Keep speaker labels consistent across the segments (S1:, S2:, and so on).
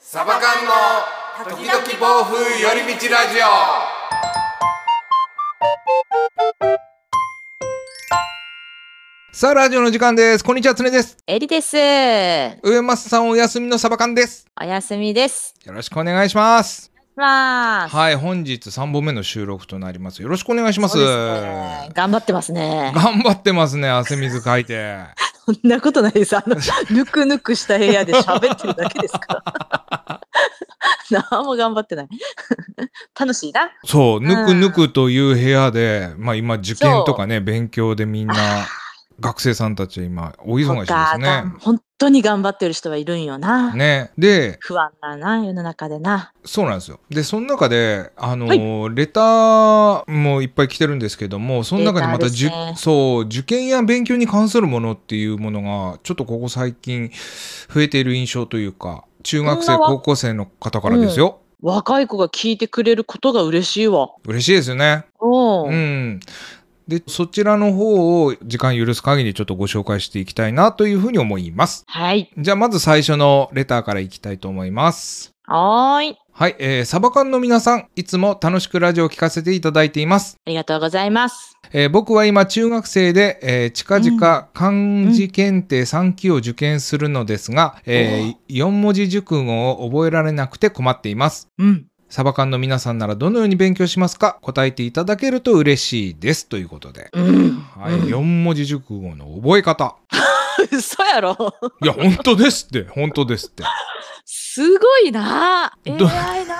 S1: サバ缶の時々暴風寄り道ラジオ
S2: さあ、ラジオの時間です。こんにちは、つねです。
S3: エリです。お
S2: 上松さんお休みのサバ缶です。
S3: やすみです。
S2: よろしくお願いします。
S3: まあ、
S2: はい、本日3本目の収録となります。よろしくお願いします。
S3: そうですね頑張ってますね。
S2: 頑張ってますね、汗水かいて。
S3: そんなことないです。あの、ぬくぬくした部屋で喋ってるだけです から。何も頑張ってない。楽しいな。
S2: そう、
S3: ん
S2: ぬくぬくという部屋で、まあ今、受験とかね、勉強でみんな、学生さんたちは今、お忙しいです
S3: が
S2: ね
S3: ん。本当に頑張ってる人はいるんよな。
S2: ね。で、
S3: 不安だな、世の中でな。
S2: そうなんですよ。で、その中で、あのーレターもいっぱい来てるんですけども、その中でまた
S3: レターです
S2: 受、
S3: ね
S2: そう、受験や勉強に関するものっていうものが、ちょっとここ最近増えている印象というか、中学
S3: そ
S2: 生、
S3: んなわ
S2: 高校生の方からですよ。
S3: 若い子が聞いてくれることが嬉しいわ。
S2: 嬉しいですよね。
S3: おう
S2: うん。で、そちらの方を時間許す限りちょっとご紹介していきたいなというふうに思います。
S3: はい。
S2: じゃあ、まず最初のレターからいきたいと思います。
S3: はーい。
S2: はい、えー、サバ缶の皆さん、いつも楽しくラジオを聞かせていただいています。
S3: ありがとうございます。
S2: えー僕は今中学生で、えー近々漢字検定3級を受験するのですが、え4文字熟語を覚えられなくて困っています。
S3: うん。
S2: サバ缶の皆さんならどのように勉強しますか答えていただけると嬉しいです。ということで。
S3: うん。
S2: はい、4文字熟語の覚え方。
S3: 嘘やろ。
S2: いや、本当ですって、本当ですって。
S3: すごいなぁ
S2: ど
S3: AI な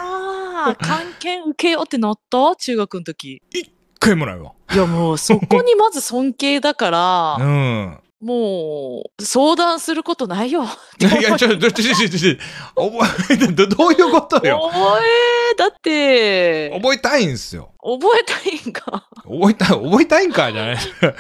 S3: ぁ関係受けようってなった中学の時
S2: 一回もないわ。
S3: いやもうそこにまず尊敬だか
S2: う
S3: ら
S2: ん。
S3: もう相談することないよ
S2: いや、ちょ、ちょ、ちょ、ちょ、ちょ、覚えて、どどういうことよ。
S3: 覚えだって
S2: 覚えたいんすよ。
S3: 覚えたいんか
S2: 覚えたい、覚えたいんか、じゃない。
S3: おー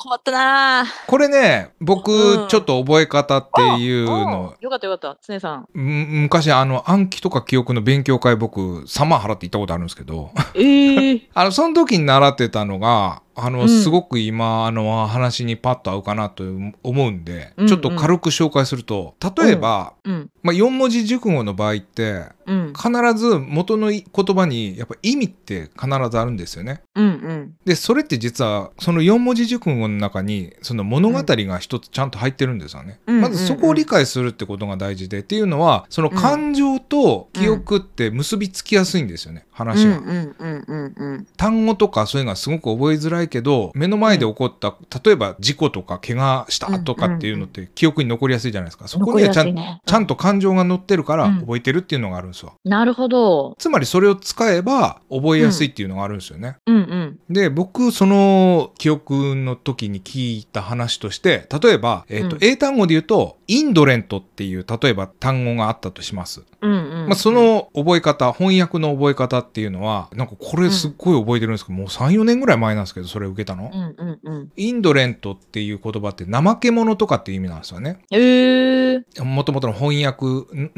S3: 困ったなぁ
S2: これね、僕、
S3: うん
S2: ちょっと覚え方っていうの、
S3: およかったよかった常さん
S2: む昔、あの、暗記とか記憶の勉強会、僕、3万払って行ったことあるんですけど、
S3: ええ
S2: あの、その時に習ってたのが、あの、
S3: うん
S2: すごく今、あの、話にパッと合うかなと思うんで、
S3: うんうん
S2: ちょっと軽く紹介すると、例えば、
S3: うん
S2: まあ、4文字熟語の場合って、
S3: うん
S2: 必ず元の言葉にやっぱ意味って必ずあるんですよね。
S3: うんうん
S2: でそれって実はその4文字熟語の中にその物語が一つちゃんと入ってるんですよね。
S3: うん
S2: まずそこを理解するってことが大事でっていうのはその感情と記憶って結びつきやすいんですよね
S3: うんう
S2: 話
S3: ん
S2: が。
S3: うんうんうん
S2: 単語とかそういうのがすごく覚えづらいけど目の前で起こった例えば事故とか怪我したとかっていうのって記憶に残りやすいじゃないですか。そこ
S3: 残
S2: に
S3: りや
S2: はちゃ
S3: すい
S2: ん,、
S3: ね
S2: ちゃんと感情が乗ってるから
S3: うん
S2: 覚えてるっていうのがあるんですよ。
S3: なるほど
S2: つまりそれを使えば覚えやすいっていうのがあるんですよね。
S3: うんうん
S2: で、僕、その記憶の時に聞いた話として、例えば、えっ、と、
S3: うん
S2: 英単語で言うと、インドレントっていう、例えば単語があったとします。
S3: うんうん
S2: まあ、その覚え方、翻訳の覚え方っていうのは、なんかこれすっごい覚えてるんですけど、もう3、4年ぐらい前なんですけど、それ受けたの。
S3: うんうんうん
S2: インドレントっていう言葉って怠け者とかっていう意味なんですよね。
S3: ええ
S2: もともとの翻訳、ん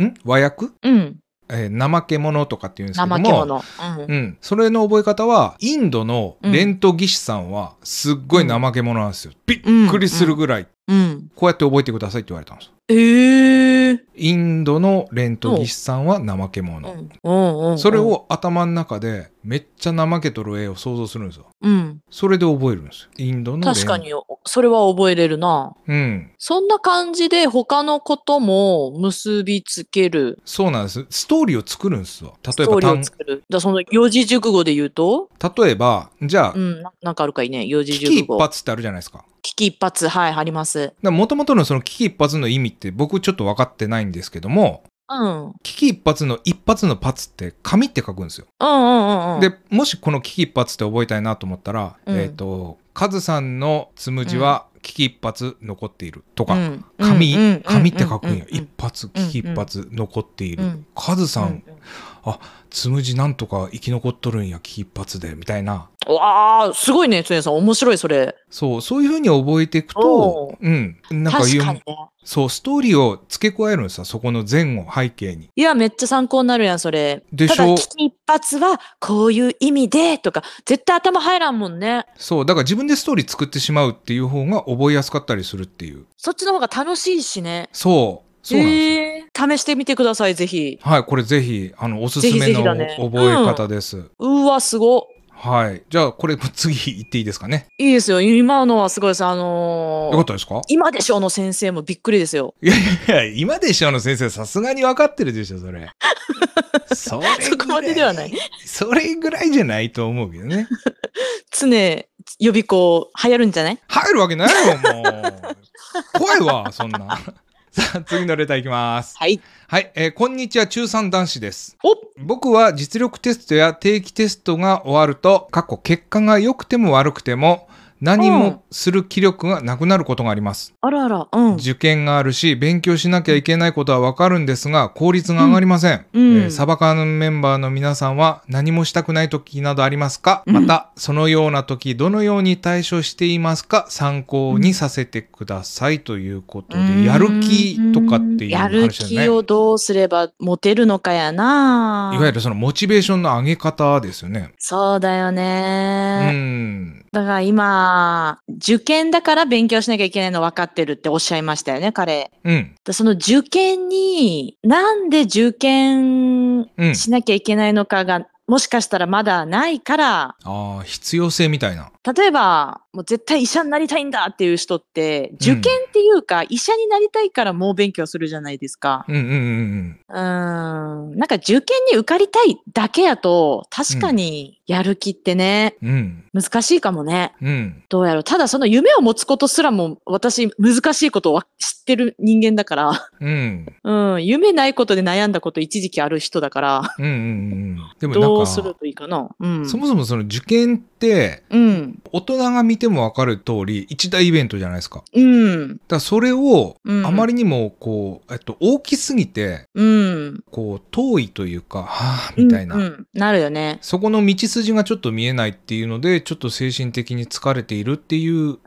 S2: ん和訳、
S3: うん。
S2: えー怠け者とかっていうんですけども。
S3: 怠け者。う。
S2: うんん、それの覚え方はインドのレント技師さんはすっごい怠け者なんですよ、びっくりするぐらい、
S3: うん。
S2: こうやって覚えてくださいって言われたんですよ
S3: ええ
S2: インドのレント技師さんは怠け
S3: う
S2: 者、
S3: ん。うんうん。
S2: それ。を頭の中でめっちゃ怠けとる絵を想像するんですよ
S3: うん。
S2: それで覚えるんですよインドのレン
S3: 確かに、それは覚えれるな。
S2: うん
S3: そんな感じで他のことも結びつける。
S2: そうなんですストーリーを作るんですよ例
S3: スト
S2: え
S3: ー
S2: ば
S3: リー
S2: 単
S3: を作る。じゃあその四字熟語で言うと
S2: 例えばじゃあ、
S3: うん。ななんかあるかいね。四字
S2: 危機
S3: 熟
S2: 一
S3: 語。
S2: 髪ってあるじゃないですか
S3: 危機一髪。はい、あります。
S2: もともとのその危機一髪の意味って僕ちょっと分かってないんですけども、
S3: うん。うん
S2: 危機一髪の一発のパツって紙って書くんですよ。
S3: うんうんうん。
S2: で、もしこの危機一髪って覚えたいなと思ったら、
S3: うん
S2: えっ、と、カズさんのつむじは危機一髪残っていると
S3: う
S2: か、
S3: ん、
S2: 紙、
S3: うんうん
S2: 紙って書くんや。
S3: う
S2: 一発、危機一髪残っている。
S3: うん
S2: カズさ、
S3: うんん
S2: つむじなんとか生き残っとるんや、危機一髪で、みたいな。
S3: うん。わあ、すごいね、つねさん。面白い、それ。
S2: そう、そういうふうに覚えていくと
S3: お、
S2: うん、なんか
S3: 確
S2: 言
S3: かに
S2: う、
S3: ね。
S2: そう、ストーリーを付け加えるんですよ、そこの前後、背景に。
S3: いや、めっちゃ参考になるやん、それ。
S2: でしょ
S3: ただ、危機一髪は、こういう意味で、とか、絶対頭入らんもんね。
S2: そう、だから自分でストーリー作ってしまうっていう方が覚えやすかったりするっていう。
S3: そっちの方が楽しいしね。
S2: そう。そうなんです
S3: へ
S2: よ。
S3: え試してみてください、ぜひ。
S2: はい、これぜひ、あの、おすす
S3: ぜ
S2: め
S3: ひぜ
S2: の
S3: ひだね
S2: 覚え方です。
S3: うわ、すご。
S2: はい。じゃあ、これ、次行っていいですかね。
S3: いいですよ。今のはすごいです。あの
S2: よ
S3: ー
S2: かったですか
S3: 今でしょうの先生もびっくりですよ。
S2: いやいやいや、今でしょの先生、さすがに分かってるでしょ、そ れ。それぐらい
S3: そこまでではない。
S2: それぐらいじゃないと思うけどね。
S3: 常予備校流行るんじゃない
S2: 入るわけないよ、もう。怖いわ、そんな。さあ、次のレターいきます。
S3: はい。
S2: はい、えーこんにちは、中3男子です。
S3: お
S2: 僕は実力テストや定期テストが終わると、過去結果が良くても悪くても、何もする気力がなくなることがあります。
S3: あらあら。うん。
S2: 受験があるし勉強しなきゃいけないことはわかるんですが効率が上がりません、
S3: うんうん
S2: えーサバカのメンバーの皆さんは何もしたくない時などありますか、
S3: うん
S2: またそのような時どのように対処していますか参考にさせてくださいということで、やる気とかっていう
S3: や
S2: 話
S3: る
S2: だ
S3: 気
S2: よね
S3: をどうすれば持てるのかやない
S2: わゆるそのモチベーションの上げ方ですよね。
S3: そうだよ
S2: う
S3: ね、
S2: ん、
S3: だから今受験だから勉強しなきゃいけないの分かってるっておっしゃいましたよね彼
S2: うん、
S3: でその受験になんで受験
S2: うん。
S3: しなきゃいけないのかがもしかしたらまだないから
S2: ああ、必要性みたいな。
S3: 例えばもう絶対医者になりたいんだっていう人って受験っていうか、医者になりたいから猛勉強するじゃないですか。
S2: うんうん
S3: う
S2: うん
S3: ーんなんか受験に受かりたいだけやと、確かにやる気ってね、
S2: うん。うん、
S3: 難しいかもね。
S2: うん。
S3: どうやろう。ただその夢を持つことすらも、私、難しいことを知ってる人間だから、
S2: うん。
S3: うん、夢ないことで悩んだこと一時期ある人だから、
S2: うんうんうんうん。でもなんか、
S3: どうするといいかな。うん。
S2: そもそもその受験って、
S3: うん。
S2: 大人が見てもわかる通り、一大イベントじゃないですか。だか
S3: うん。
S2: らそれを、
S3: うん
S2: あまりにも、こう、えっと、大きすぎて、
S3: うん。
S2: こう、遠いというか、はぁ、みたいな。
S3: うんうんなるよね。
S2: そこの道筋がちょっと見えないっていうので、ちょっと精神的に疲れているっていう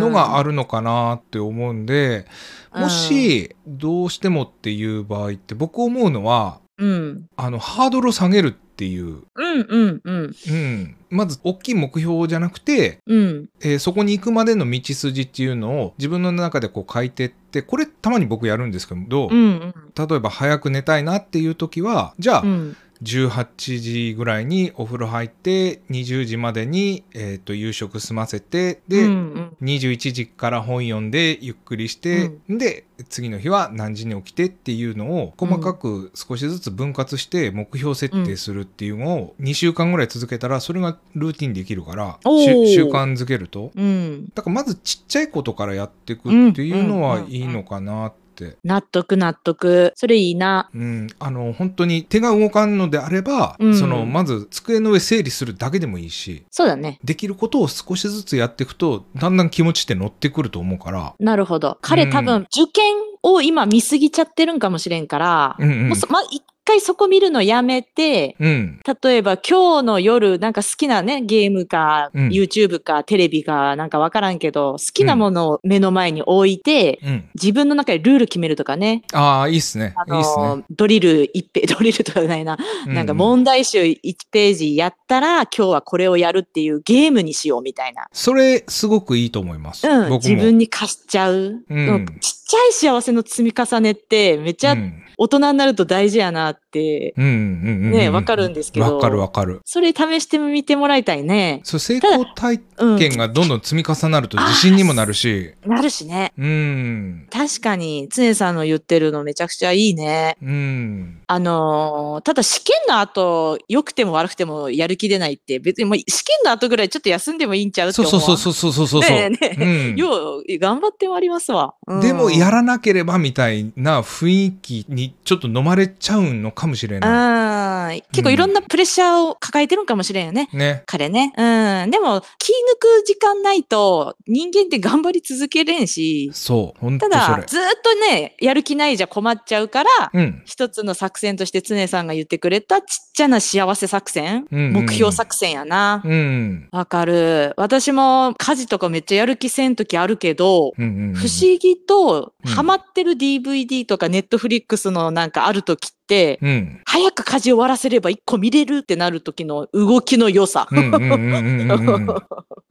S2: の
S3: の
S2: があ
S3: る。
S2: るのかなって思うんで、
S3: うん
S2: もし、どうしてもっていう場合って、僕思うのは、
S3: うん。
S2: あの、ハードルを下げるっていう、
S3: うんうんうん。
S2: うん。まず、大きい目標じゃなくて、
S3: うん。
S2: えーそこに行くまでの道筋っていうのを自分の中でこう書いてってこれたまに僕やるんですけど、
S3: うんうん。
S2: 例えば早く寝たいなっていう時はじゃあ
S3: うん。
S2: 18時ぐらいにお風呂入って20時までに、えー、と夕食済ませてで、
S3: うん
S2: 21時から本読んでゆっくりして、で次の日は何時に起きてっていうのを細かく少しずつ分割して目標設定するっていうのを2週間ぐらい続けたらそれがルーティンできるから、
S3: おー
S2: し習慣づけると
S3: うん。うん。
S2: だからまずちっちゃいことからやっていくっていうの
S3: うん
S2: は
S3: うんうんうん
S2: いいのかなって。
S3: 納得納得。それいいな。
S2: うん、あの本当に手が動かんのであれば、
S3: うん
S2: そのまず机の上整理するだけでもいいし
S3: そうだね。
S2: できることを少しずつやっていくとだんだん気持ちって乗ってくると思うから、
S3: なるほど。彼、
S2: うん
S3: 多分、受験を今見すぎちゃってるんかもしれんから、
S2: うんうん
S3: もうそま、一回そこ見るのやめて、
S2: うん
S3: 例えば今日の夜、なんか好きなね、ゲームか、
S2: うん
S3: YouTube か、テレビか、なんかわからんけど、好きなものを目の前に置いて、
S2: うん、
S3: 自分の中でルール決めるとかね。
S2: ああいいっすね
S3: あ
S2: いいっす
S3: のドリル一ペ、 ドリルとかじゃないな。
S2: ね
S3: なんか問題集1ページやったら、今日はこれをやるっていうゲームにしようみたいな。
S2: それすごくいいと思います、
S3: うん、
S2: 僕も
S3: 自分に貸しちゃう、
S2: うん
S3: でもちっちゃい幸せの積み重ねってめっちゃ
S2: うん
S3: 大人になると大事やなって、
S2: うんうんうんうん
S3: ねわかるんですけど
S2: わかるわかる
S3: それ試してみてもらいたいね。
S2: そう成功体
S3: うん、
S2: 験がどんどん積み重なると自信にもなるし
S3: なるしね。
S2: うん
S3: 確かに、常さんの言ってるのめちゃくちゃいいね。
S2: うん
S3: あのーただ試験の後、良くても悪くてもやる気出ないって、別にもう試験の後ぐらいちょっと休んでもいいんちゃうって
S2: そう
S3: 思う。
S2: そうそうそうそうそうそう。
S3: ねえねえ
S2: うん
S3: よう、頑張ってもありますわ。うん
S2: でもやらなければみたいな雰囲気にちょっと飲まれちゃうのかもしれな
S3: あー結構いろんなプレッシャーを抱えてるんかもしれんよね。
S2: い。ね。
S3: 彼ね。うん。でも、気抜く時間ないと、人間って頑張り続けれんし、
S2: そう。ほんと
S3: た
S2: そ
S3: だ
S2: れ、。
S3: ずーっとね、やる気ないじゃ困っちゃうから、
S2: うん。
S3: 一つの作戦として常さんが言ってくれたちっちゃな幸せ作戦、
S2: うんうんうん
S3: 目標作戦やな。
S2: うん。
S3: わかる。私も家事とかめっちゃやる気せんときあるけど、
S2: うんうんうん。
S3: 不思議と、
S2: うん
S3: ハマってる DVD とか Netflix のなんかあるときっって、
S2: うん。
S3: 早く家事終わらせれば一個見れるってなる時の動きの良さ。
S2: うんうんうんうんうんうん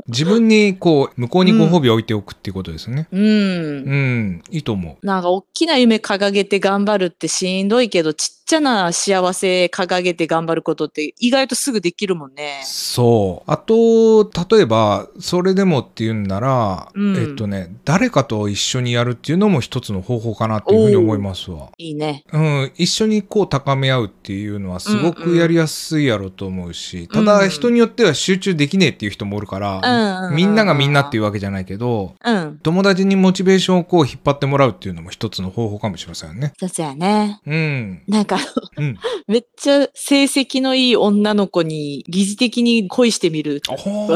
S2: 自分にこう向こうにご褒美を置いておくっていうことですね。
S3: うん
S2: うん、いいと思
S3: なんか大きな夢掲げて頑張るってしんどいけど、ちっちゃな幸せ掲げて頑張ることって意外とすぐできるもんね
S2: う。。そう。あと例えばそれでもっていうんなら、
S3: うん
S2: えっとね誰かと一緒にやるっていうのも一つの方法かなっていうふうに思いますわ。
S3: いいね。
S2: うん、一緒にこう高め合うっていうのはすご
S3: うんう
S2: く
S3: ん
S2: やりやすいやろうと思うし、
S3: うん
S2: ただ人によっては集中できねえっていう人もおるか
S3: う
S2: ら、
S3: ん。。
S2: みんながみんなっていううわけじゃないけど
S3: うん。
S2: 友達にモチベーションをこう引っ張ってもらうっていうのも一つの方法かもしれませんよね。
S3: そうそうやね。
S2: うん、
S3: なんか、
S2: うん、
S3: めっちゃ成績のいい女の子に疑似的に恋してみる。
S2: ほ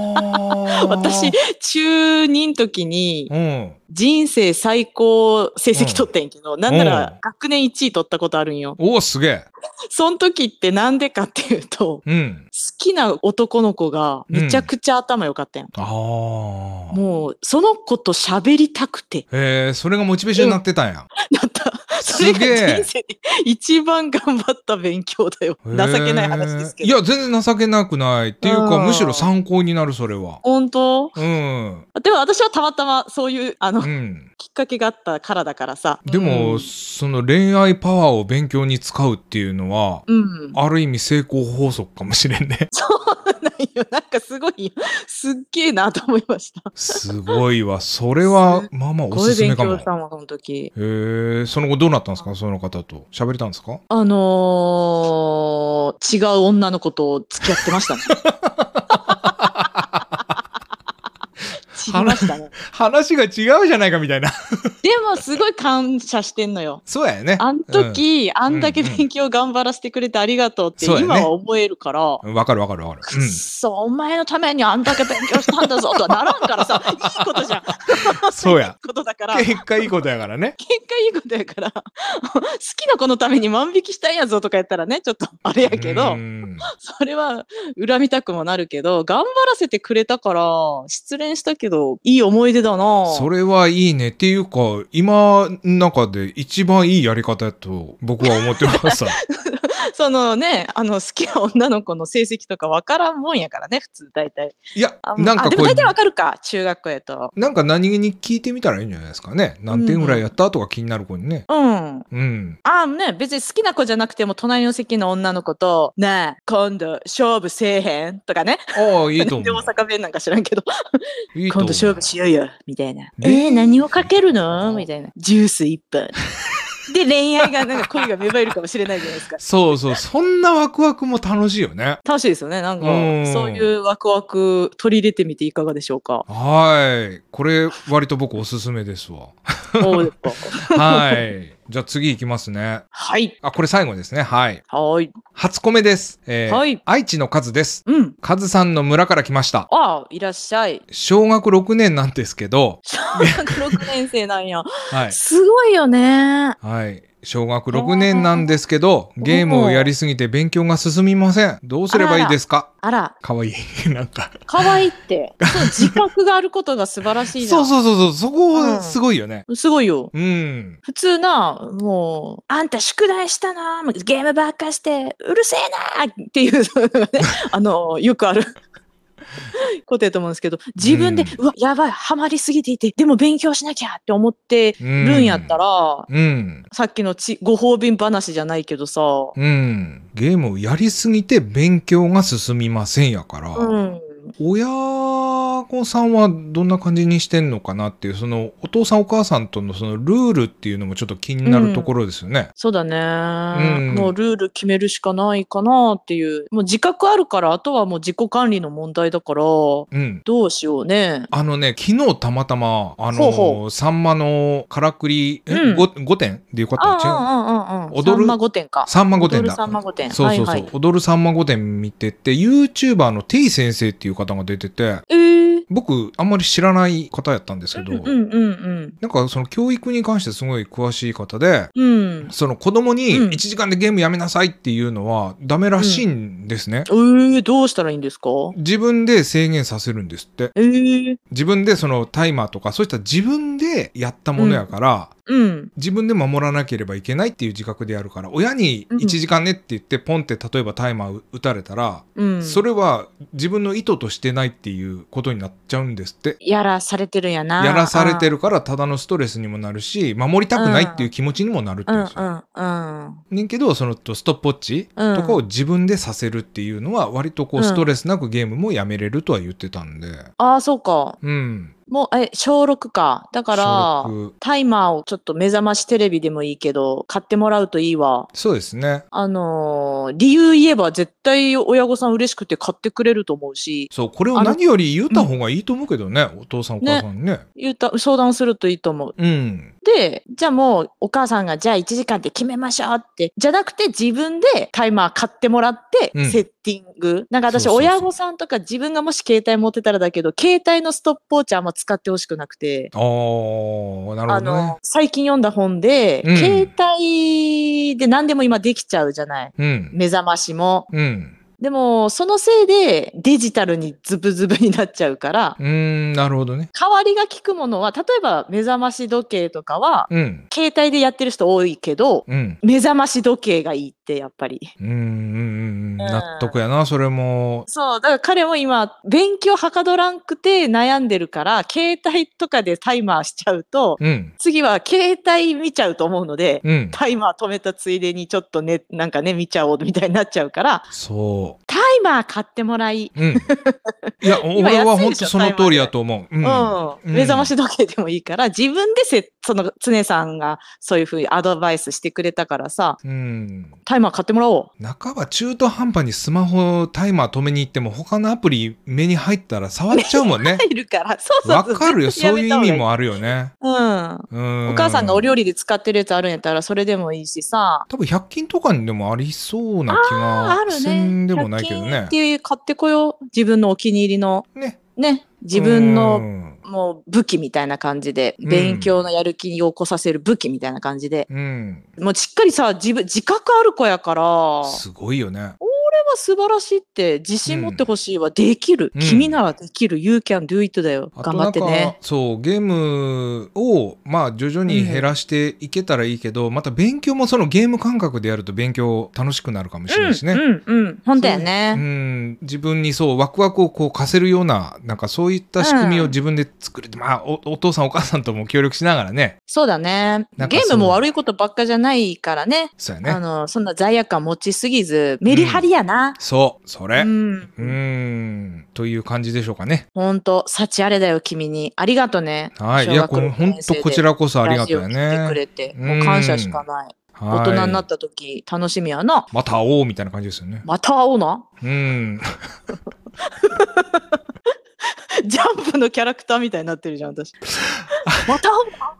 S2: ー
S3: 私、中2の時に
S2: うん、
S3: 人生最高成績取ってんけど、なんな
S2: うん
S3: ら学年1位取ったことあるんよ。
S2: おおすげえ、
S3: その時ってなんでかっていうと、
S2: うん、
S3: 好きな男の子がめちゃくちゃ頭良かったんよ
S2: ああ、
S3: もう、その子と喋りたくて、
S2: えー、それがモチベーションになってたんや。
S3: なった。そ
S2: す
S3: れ
S2: げ
S3: が
S2: え
S3: 人生で一番頑張った勉強だよ。情けない話ですけど。
S2: へーいや全然情けなくないっていうか
S3: うん
S2: むしろ参考になるそれは。
S3: 本当
S2: うん、
S3: でも私はたまたまそういう、あの、
S2: う
S3: きっ
S2: ん
S3: かけがあったからだからさ。
S2: でも、
S3: うん
S2: その恋愛パワーを勉強に使うっていうのは、
S3: うん。
S2: ある意味成功法則かもしれんね。
S3: ないよ。なんかすごい、すっげえなと思いました。
S2: すごいわ。それは、まあまあお
S3: こうい
S2: す
S3: う
S2: すめ
S3: 勉
S2: かも。
S3: 強
S2: へ
S3: したもん、その時。
S2: え、その後どうなったんですかその方と。喋れたんですか
S3: あのー、違う女の子と付き合ってま したね。知りましたね。
S2: 話が違うじゃないかみたいな。
S3: でもすごい感謝してんのよ。
S2: そうやね。
S3: あん時、あんだけ勉強頑張らせてくれてありがとうって
S2: そうやね
S3: 今は覚えるから、
S2: うんわかるわかるわかる。
S3: くっ そ、お前のためにあんだけ勉強したんだぞとはならんから さ、いいことじゃん。
S2: うん。そうや。
S3: ことだから、結
S2: 結果いいことやか らね。
S3: 果いいことやから、好きな子のために万引きしたんやぞとかやったらね、ちょっとあれやけど、
S2: うん
S3: それは恨みたくもなるけど、頑張らせてくれたから、失恋したけど、いい思い出だな
S2: それはいいねっていうか、今の中で一番いいやり方やと僕は思ってます
S3: そのね、あの、好きな女の子の成績とかわからんもんやからね、普通大体。
S2: いや
S3: あ、
S2: なんか
S3: あで
S2: こ
S3: も
S2: れ
S3: 大体わかるか、中学校やと。
S2: なんか何気に聞いてみたらいいんじゃないですかね。何点ぐらいやったとか気になる子にね。
S3: うん。
S2: うん。
S3: ああね、別に好きな子じゃなくても隣の席の女の子と、ねえ、今度勝負せえへんとかね。
S2: ああ、いいと思
S3: で、大
S2: う。
S3: 阪弁なんか知らんけど、
S2: いいと
S3: 今
S2: 思
S3: 度
S2: う
S3: 勝負しようよ、みたいな。
S2: ね
S3: えー、何をかけるのみたいな。ジュース一本。で、恋愛が、なんか恋が芽生えるかもしれないじゃないですか。
S2: そうそう、そんなワクワクも楽しいよね。
S3: 楽しいですよね。なんか
S2: うん、。
S3: そういうワクワク取り入れてみていかがでしょうか
S2: はい。これ、割と僕おすすめで すわ。
S3: おうやっぱ
S2: はい。じゃあ次行きますね。
S3: はい。
S2: あ、これ最後ですね。はい。
S3: はい。
S2: 初コメです。えー
S3: はい
S2: 愛知のカズです。
S3: うん。
S2: カズさんの村から来ました。
S3: ああ、いらっしゃい。
S2: 小学6年なんですけど、
S3: 小学6年生なんや。
S2: はい。
S3: すごいよね。
S2: はい。小学6年なんですけど、
S3: ー
S2: ゲームをやりすぎて勉強が進みません。どうすればいいですか
S3: あら、
S2: かわいい。 なんか。
S3: 可愛い って。そう、自覚があることが素晴らしいじゃ
S2: そ
S3: ん。
S2: うそうそうそう、そこ
S3: うん
S2: すごいよね。
S3: すごいよ。
S2: うん。
S3: 普通な、もう、あんた宿題したな、もうゲームばっかして、うるせえなっていう、そう いうのがね、あの、よくあることやと思うんですけど、自分で、うわ、やばい、ハマりすぎていて、でも勉強しなきゃって思ってるんやったら、
S2: うん。
S3: さっきのちご褒美話じゃないけどさ、
S2: うん。ゲームをやりすぎて勉強が進みませんやから、
S3: うん、
S2: 親御さんはどんな感じにしてんのかなっていう、そのお父さんお母さんとのそのルールっていうのもちょっと気になるところですよね。
S3: そうだね、
S2: うん
S3: もうルール決めるしかないかなっていう、もう自覚あるから、あとはもう自己管理の問題だから、ど
S2: うん。
S3: うしようね。
S2: あのね、昨日たまたま、あ
S3: ほ
S2: の
S3: うほ
S2: サンマのからくり、え、
S3: うん
S2: ご 5, 点でよかった違う
S3: ああ、うんうんうんうん。
S2: 踊る
S3: さんま御殿か。
S2: サンマ5点
S3: 踊る
S2: だ。
S3: さんま御殿。
S2: そうそうそう、
S3: はいはい、
S2: 踊るさんま御殿見てて YouTuber のてい先生っていう方が出てて
S3: えー。
S2: 僕あんまり知らない方やったんですけ
S3: う
S2: ど、
S3: んうんうん
S2: なんかその教育に関してすごい詳しい方で
S3: うん。
S2: その子供に
S3: うん
S2: 1時間でゲームやめなさいっていうのはダメらしいんですね、
S3: うん。えー、どうしたらいいんですか
S2: 自分で制限させるんですって
S3: えー。
S2: 自分でそのタイマーとかそういった自分でやったものやから、
S3: うん。
S2: 自分で守らなければいけないっていう自覚でやるから親に
S3: うん
S2: 1時間ねって言ってポンって例えばタイマー打たれたら、
S3: うん。
S2: それは自分の意図としてないっていうことになっちゃうんですって。
S3: やらされてるんやな。
S2: やらされて
S3: る。
S2: るからただのストレスにもなるし守りたくないっていう気持ちにもなるって
S3: う
S2: いうんん
S3: う
S2: ですよ。
S3: んうん。
S2: ねんけどそのストップウォッチ
S3: うん
S2: とかを自分でさせるっていうのは割とこ
S3: う
S2: うんストレスなくゲームもやめれるとは言ってたんで。
S3: ああ、そうか。
S2: うん。
S3: もう、え、小6か。だから
S2: 小、六
S3: タイマーをちょっと目覚ましテレビでもいいけど、買ってもらうといいわ。
S2: そうですね。
S3: あのー理由言えば絶対親御さん嬉しくて買ってくれると思うし、
S2: そうこれを
S3: あの
S2: 何より言った方がいいと思うけどね、お父さんお母さんにね。
S3: 言うた、相談するといいと思う。
S2: うん。
S3: で、じゃあもうお母さんがじゃあ1時間で決めましょうって、じゃなくて自分でタイマー買ってもらって
S2: うん、
S3: セッティング。なんか私
S2: そうそうそう
S3: 親御さんとか自分がもし携帯持ってたらだけど、携帯のストップウォッチあんま使ってほしくなくて。
S2: ああ
S3: あ
S2: なるほどね
S3: の。、最近読んだ本で、
S2: うん
S3: 携帯で何でも今できちゃうじゃない。
S2: うん。
S3: 目覚ましも。
S2: うん。
S3: でも、そのせいでデジタルにズブズブになっちゃうから、
S2: うーんなるほどね。
S3: 代わりが効くものは、例えば目覚まし時計とかは、
S2: うん。
S3: 携帯でやってる人多いけど、
S2: うん。
S3: 目覚まし時計がいいって、やっぱり。
S2: うんうんうんうん。納得やなそれも。
S3: そう、だから彼も今、勉強はかどらんくて悩んでるから、携帯とかでタイマーしちゃうと、
S2: うん。
S3: 次は携帯見ちゃうと思うので、
S2: うん。
S3: タイマー止めたついでにちょっとね、なんかね、見ちゃおうみたいになっちゃうから、
S2: そう。
S3: タイマー買ってもらい、
S2: うん。いや、お
S3: 今
S2: 俺は
S3: 安い
S2: 本
S3: でし
S2: 当
S3: ょ
S2: その通りやと思う。うん。
S3: うん、
S2: ん
S3: 目覚まし時計でもいいから、自分でせ、その、常さんがそういうふうにアドバイスしてくれたからさ、
S2: うん。
S3: タイマー買ってもら おう。
S2: 中は中途半端にスマホタイマー止めに行っても他のアプリ目に入ったら触っちゃうもんね。
S3: 入るから、 そうそう
S2: わ
S3: そう。
S2: かるよ。
S3: 絶対
S2: そうい う
S3: やめ
S2: 意
S3: た方
S2: 味
S3: が
S2: もあるよね。
S3: いい。うん。
S2: うん。
S3: お母さんがお料理で使ってるやつあるんやったら、それでもいいしさ。
S2: 多分100均とかにでもありそうな気
S3: あ
S2: が
S3: る
S2: せん
S3: ね。
S2: でもないけど
S3: 100均
S2: ね
S3: っ。ていう買ってこよう。自分のお気に入りの、
S2: ね。
S3: ね。自分
S2: う
S3: の、
S2: ん。
S3: もう武器みたいな感じで、
S2: うん
S3: 勉強のやる気を起こさせる武器みたいな感じで。
S2: うん。
S3: もうしっかりさ、自分、自覚ある子やから。
S2: すごいよね。
S3: は素晴らしいって自信持ってほしいわ、できる、
S2: うん
S3: 君ならできる You can do it だよ
S2: あと
S3: 頑
S2: な
S3: 張
S2: ん
S3: って
S2: か
S3: ね
S2: そうゲームをまあ徐々に減らしていけたらいいけど、また勉強もそのゲーム感覚でやると勉強楽しくなるかもしれないしね。
S3: うんうんうん本当や
S2: う
S3: ね
S2: ん、自分にそうワクワクをこう貸せるようななんかそういった仕組みを
S3: うん
S2: 自分で作れて、まあおお父さんお母さんとも協力しながらね
S3: そうだね
S2: なんか
S3: ゲ
S2: そ
S3: ー
S2: う
S3: ムも悪いことばっかじゃないからね
S2: そうや
S3: あ
S2: ね
S3: のそんな罪悪感持ちすぎずメリハリやな
S2: そうそ
S3: う、
S2: れうんーんという感じでしょうかね
S3: ほんと幸あれだよ君にありがとね
S2: はいい
S3: 小
S2: や
S3: 学
S2: こ
S3: 六
S2: れ本
S3: 年生
S2: 当
S3: で
S2: こちらこそありがとう
S3: ラ
S2: よ
S3: ジオ聞いてく
S2: ね
S3: れて
S2: うん
S3: もう感謝しかない大
S2: 大
S3: 人になった時楽しみやな
S2: また会おうみたいな感じですよね
S3: また会おうな
S2: うん
S3: ジャンプのキャラクターみたいになってるじゃん 私また会おうな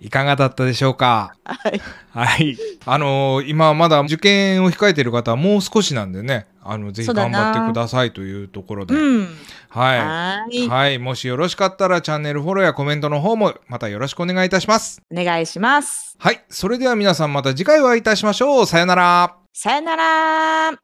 S3: い
S2: かがだったでしょうか
S3: はい
S2: はい。あのー今まだ受験を控えている方はもう少しなんでね、あの、ぜひ
S3: そうだ
S2: 頑
S3: な
S2: 張ってくださいというところで。
S3: うん
S2: は。
S3: はいい。
S2: はい。もしよろしかったらチャンネルフォローやコメントの方もまたよろしくお願いいたします。
S3: お願いします。
S2: はい。それでは皆さんまた次回お会いいたしましょう。さよなら。
S3: さよなら。